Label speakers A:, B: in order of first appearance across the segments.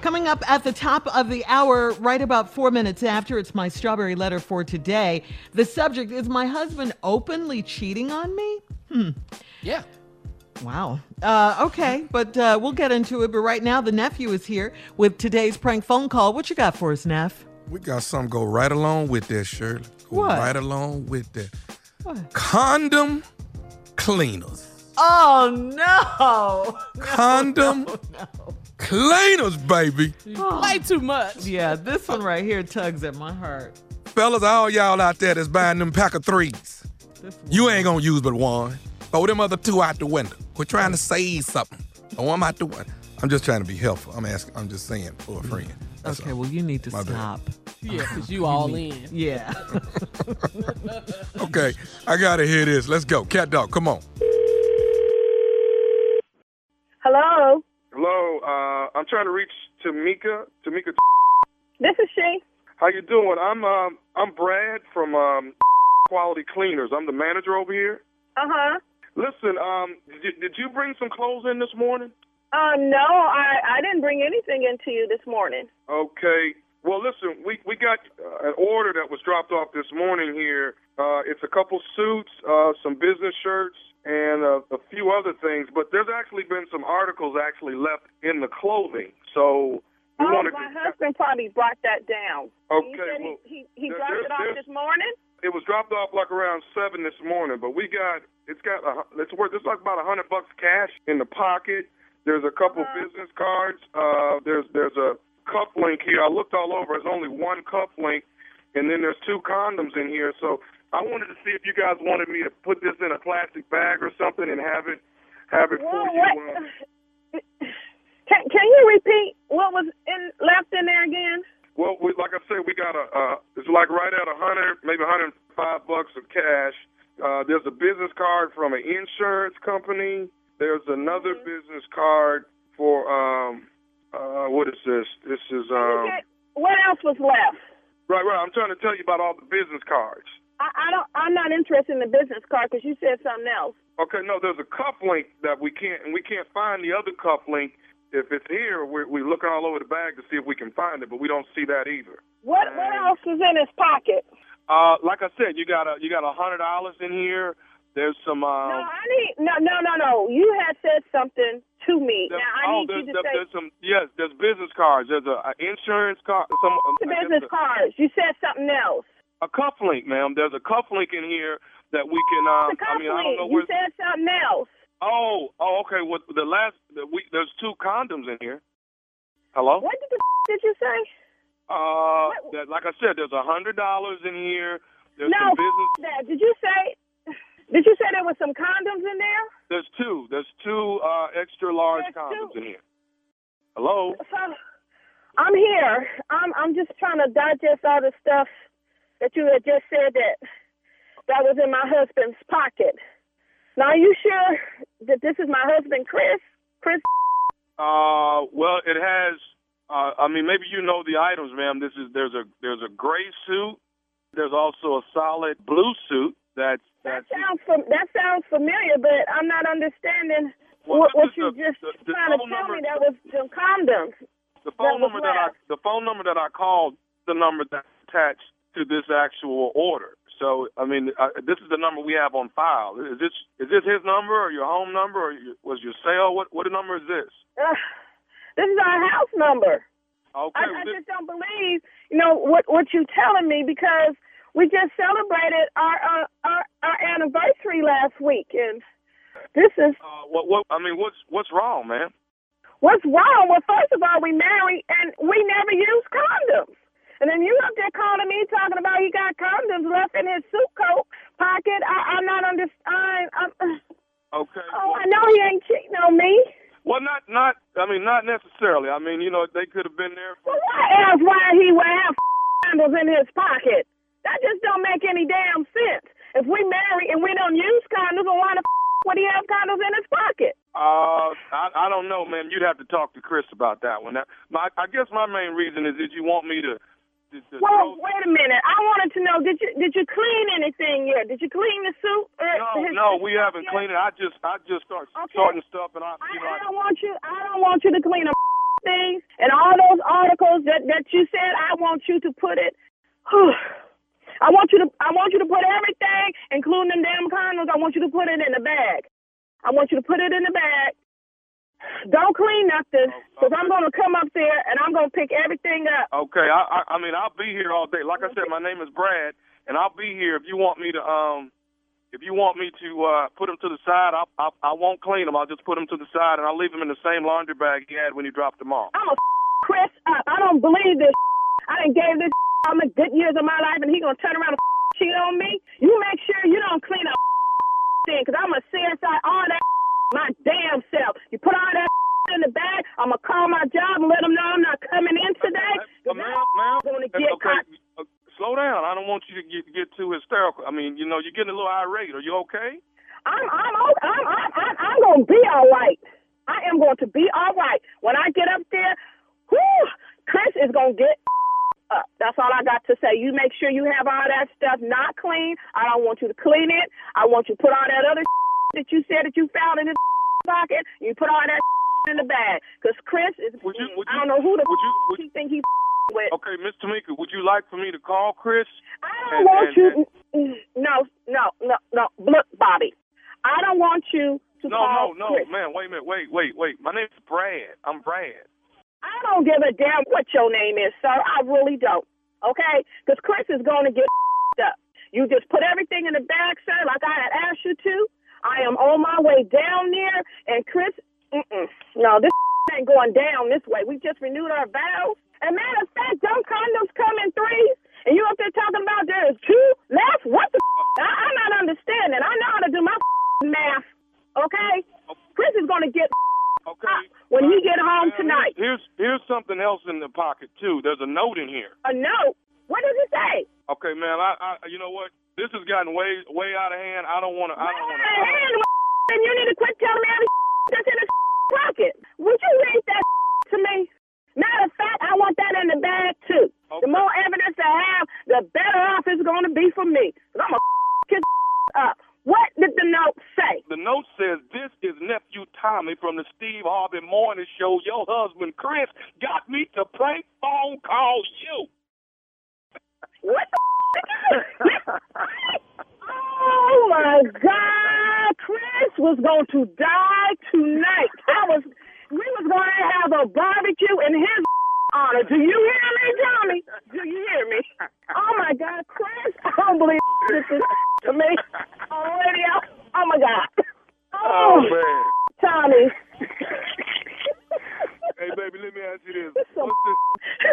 A: Coming up at the top of the hour, right about four minutes after, it's my strawberry letter for today. The subject is my husband openly cheating on me? Hmm.
B: Yeah.
A: Wow. Uh, okay, but uh, we'll get into it. But right now, the nephew is here with today's prank phone call. What you got for us, Neff?
C: We got something go right along with that, Shirley. Go
A: What?
C: Right along with that.
A: What?
C: Condom cleaners.
A: Oh no!
C: Condom cleaners, baby.
B: Play too much.
A: Yeah, this one right here tugs at my heart.
C: Fellas, all y'all out there that's buying them pack of threes,
A: This one.
C: you ain't gonna use but one. Throw them other two out the window. We're trying to save something. Throw them out the window. I'm just trying to be helpful. I'm asking. I'm just saying for a friend. That's
A: Okay,
C: all.
A: well you need to
C: My bad.
A: stop.
B: Yeah, because you all in.
A: Yeah.
C: Okay. I gotta hear this. Let's go. Cat dog. Come on.
D: Hello,
E: Hello, uh, I'm trying to reach Tamika. Tamika,
D: this is she.
E: how you doing? I'm um, I'm Brad from um, Quality Cleaners. I'm the manager over here.
D: Uh huh.
E: Listen, um, did you, did you bring some clothes in this morning?
D: Uh, no, I I didn't bring anything into you this morning.
E: Okay. Well, listen, we we got uh, an order that was dropped off this morning here. Uh, it's a couple suits, uh, some business shirts, and uh, a few other things. But there's actually been some articles actually left in the clothing. So we
D: oh,
E: want to.
D: my husband probably brought that down. he
E: Okay,
D: said
E: well,
D: he he, he
E: there-
D: dropped it
E: there's-
D: off
E: there's-
D: this morning.
E: It was dropped off like around seven this morning, but we got it's got a, hu- it's worth it's like about a hundred bucks cash in the pocket. There's a couple
D: Uh-huh.
E: business cards. Uh, there's there's a cuff link here. I looked all over. There's only one cuff link, and then there's two condoms in here. So I wanted to see if you guys wanted me to put this in a plastic bag or something and have it have it
D: Well,
E: for you.
D: what?
E: uh,
D: Can can you repeat what was in left in there again?
E: Well, we, like I said, we got a uh, it's like right at a hundred, maybe hundred five bucks of cash. Uh, there's a business card from an insurance company. There's another business card for um, uh, what is this? This is um,
D: Okay, What else was left?
E: right, right. I'm trying to tell you about all the business cards.
D: I, I don't. I'm not interested in the business card because you said something else.
E: Okay, no, there's a cuff link that we can't, and we can't find the other cuff link. If it's here, we're, we're looking all over the bag to see if we can find it, but we don't see that either.
D: What what
E: Um,
D: else was in his pocket?
E: Uh, like I said, you got a you got a hundred dollars in here. There's some. Um,
D: No, I need no no no no. You had said something to me.
E: there's-
D: now I
E: oh,
D: need
E: there's,
D: you to
E: there's,
D: say
E: there's some. Yes, there's business cards. There's a, a insurance card. Some
D: the
E: I guess
D: business
E: a-
D: cards. You said something else.
E: A cuff link, ma'am. There's a cuff link in here that we can. Um,
D: The
E: I mean, I don't
D: compliment.
E: know where.
D: You said something else.
E: oh, oh, okay. Well, the last the, we, there's two condoms in here. Hello.
D: What did the did you say?
E: Uh,
D: What?
E: that, like I said, there's a hundred dollars in here. There's
D: no,
E: some business.
D: that. Did you say? Did you say there was some condoms in there?
E: There's two. There's two uh, extra large
D: There's
E: condoms
D: two.
E: in here. Hello.
D: So, I'm here. I'm I'm just trying to digest all the stuff that you had just said that that was in my husband's pocket. Now, are you sure that this is my husband, Chris? Chris,
E: Uh, well, it has. Uh, I mean, maybe you know the items, ma'am. This is there's a there's a gray suit. There's also a solid blue suit. That's
D: that
E: that's.
D: sounds fam- that sounds familiar, but I'm not understanding
E: Well,
D: what, what
E: this is
D: you
E: the-
D: just
E: the- the
D: trying to
E: phone
D: tell
E: number-
D: me. That was some condoms.
E: the
D: That
E: phone
D: was
E: number that I
D: left.
E: the phone number that I called the number that's attached to this actual order. So I mean, uh, this is the number we have on file. Is this is this his number or your home number or your, was your sale? What what number is this?
D: Ugh, this is our house number.
E: Okay,
D: I,
E: well,
D: I
E: this-
D: just don't believe, you know, what what you telling me because we just celebrated our uh, our our anniversary last week, and this is
E: uh, what what I mean, what's what's wrong, man?
D: what's wrong. Well, first of all, we married and we never use condoms, and then you up there calling me talking about he got condoms left in his suit coat pocket. I, I'm not understand. I'm,
E: Okay.
D: oh,
E: well-
D: I know he ain't cheating on me.
E: Well, not not. I mean, not necessarily. I mean, you know, they could have been there. For,
D: Well, why else why he would have candles in his pocket? That just don't make any damn sense. If we marry and we don't use condoms, then why the f- would he have condoms in his pocket?
E: uh, I, I don't know, man. You'd have to talk to Chris about that one. Now, my, I guess my main reason is that you want me to. to, to
D: Well,
E: throw-
D: wait a minute. I wanted to know did you did you clean anything yet? Did you clean the suit? Or
E: no,
D: his-
E: no,
D: his
E: we
D: stuff
E: haven't
D: yet?
E: cleaned it. I just, I just start
D: Okay.
E: starting stuff, and I,
D: I,
E: you know,
D: I
E: I,
D: don't want you. I don't want you to clean a things and all those articles that, that you said, I want you to put it. I want you to I want you to put everything, including them damn condoms, I want you to put it in the bag. I want you to put it in the bag. Don't clean nothing, because I'm going to come up there and I'm going to pick everything up.
E: Okay, I, I I mean I'll be here all day. Like I said, my name is Brad, and I'll be here if you want me to um if you want me to uh put them to the side. I I, I won't clean them. I'll just put them to the side, and I'll leave them in the same laundry bag he had when you dropped them off.
D: I'm a Chris up. I don't believe this. I done gave this all the good years of my life, and he going to turn around and cheat on me. You make sure you don't clean up thing, because I'm going to CSI all that my damn self. You put all that in the bag, I'm going to call my job and let them know I'm not coming in today. 'cause
E: Uh, ma'am, ma'am,
D: I'm gonna
E: uh,
D: get
E: okay, uh, slow down. I don't want you to get get too hysterical. I mean, you know, you're getting a little irate. Are you okay?
D: I'm I'm o- I'm I'm I'm, I'm gonna be all right. I am going to be all right when I get up there. Whoo, Chris is gonna get up. That's all I got to say. You make sure you have all that stuff not clean. I don't want you to clean it. I want you to put all that other that you said that you found in his pocket. You put all that in the bag because Chris is.
E: Would you- would
D: I
E: you-
D: don't know who the
E: would you- would-
D: he think he with.
E: Okay, Miss Tamika, would you like for me to call Chris?
D: I
E: And-
D: don't want
E: and-
D: you. No, no, no, no. Look, Bobby, I don't want you to
E: No,
D: call
E: no, no,
D: Chris.
E: man. Wait a minute. Wait, wait, wait. My name's Brad. I'm Brad.
D: I don't give a damn what your name is, sir. I really don't. Okay? Because Chris is going to get up. You just put everything in the bag, sir, like I had asked you to. I am on my way down there, and Chris, mm-mm. No, this ain't going down this way. We just renewed our vows. And matter of fact, dumb condoms come in threes, and you up there talking about there is two left? What the? I, I'm not understanding. I know how to do my math, okay? Chris is going to get
E: Okay.
D: Uh, when
E: But-
D: he get home
E: Now,
D: tonight.
E: Here's here's something else in the pocket too. There's a note in here.
D: a note. What does it say?
E: Okay, man. I, I you know what? This has gotten way way out of hand. I don't want to. I
D: Well,
E: don't want
D: hey,
E: to.
D: man, what and you need to quit telling me every that's in the pocket. Would you read that to me? Matter of fact, I want that in the bag too. The
E: Okay.
D: more evidence I have, the better off it's going to be for me. i I'm gonna kiss up. What did the note say?
E: The note says, "This is nephew Tommy from the Steve Harvey Morning Show. Your husband Chris got me to prank phone call you."
D: What the did you do? Oh my God, Chris was going to die tonight. I was, we was going to have a barbecue in his honor. Do you hear me, Tommy? Do you hear me? Oh my God, Chris, I don't believe this is to me. Already, oh, oh my God.
E: Oh man.
D: Tommy.
E: Hey baby, let me ask you this: What's
D: So-
E: the,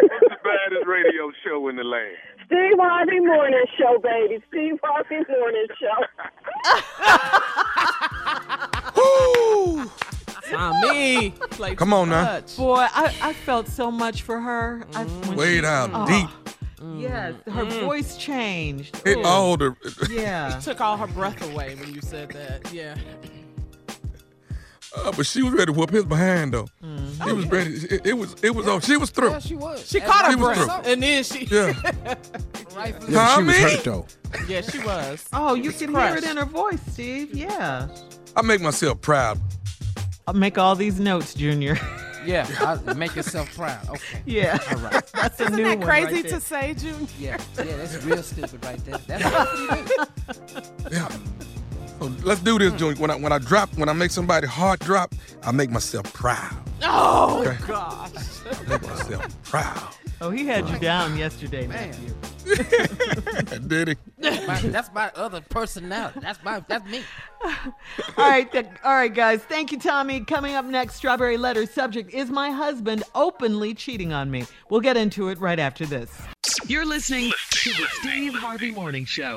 E: what's the baddest radio show in the land?
D: Steve Harvey Morning Show, baby. Steve Harvey Morning Show.
C: Woo!
B: Tommy. Play
C: Come
B: too
C: on now.
B: much.
A: Boy, I, I felt so much for her. I, when
C: Way
A: she-
C: down
A: Oh,
C: deep.
A: Yes, her voice changed.
C: It
A: Ooh,
C: all the
A: yeah.
B: Took all her breath away when you said that. Yeah.
C: Uh, but she was ready to whoop his behind though. She was ready. It, it was it was on. She was through.
F: Yeah, she was.
B: She caught her
C: she was
B: breath. And then she.
C: Yeah.
F: Rightfully.
C: Yeah.
F: so.
C: Tommy?
F: She was hurt though.
B: Yeah, she was.
A: Oh, you can hear it
B: crushed.
A: in her voice, Steve. Yeah.
C: I make myself proud.
A: I'll make all these notes, Junior.
F: Yeah, I, make yourself proud. Okay.
A: yeah.
F: All right.
A: That's a
B: Isn't
A: new
B: that
A: one
B: crazy
A: right
B: to
A: there.
B: say, June?
F: Yeah, yeah, that's real stupid right there. That's what you do.
C: Yeah. So let's do this, Junior. When I when I drop, when I make somebody heart drop, I make myself proud.
B: Oh,
C: Okay.
B: gosh.
C: Make myself proud.
A: Oh, he had you down yesterday, man.
F: Man,
C: Did he?
F: my, that's my other personality. That's my that's me.
A: all right, th- all right, guys. Thank you, Tommy. Coming up next, strawberry letter subject is my husband openly cheating on me. We'll get into it right after this.
G: You're listening to the Steve Harvey Morning Show.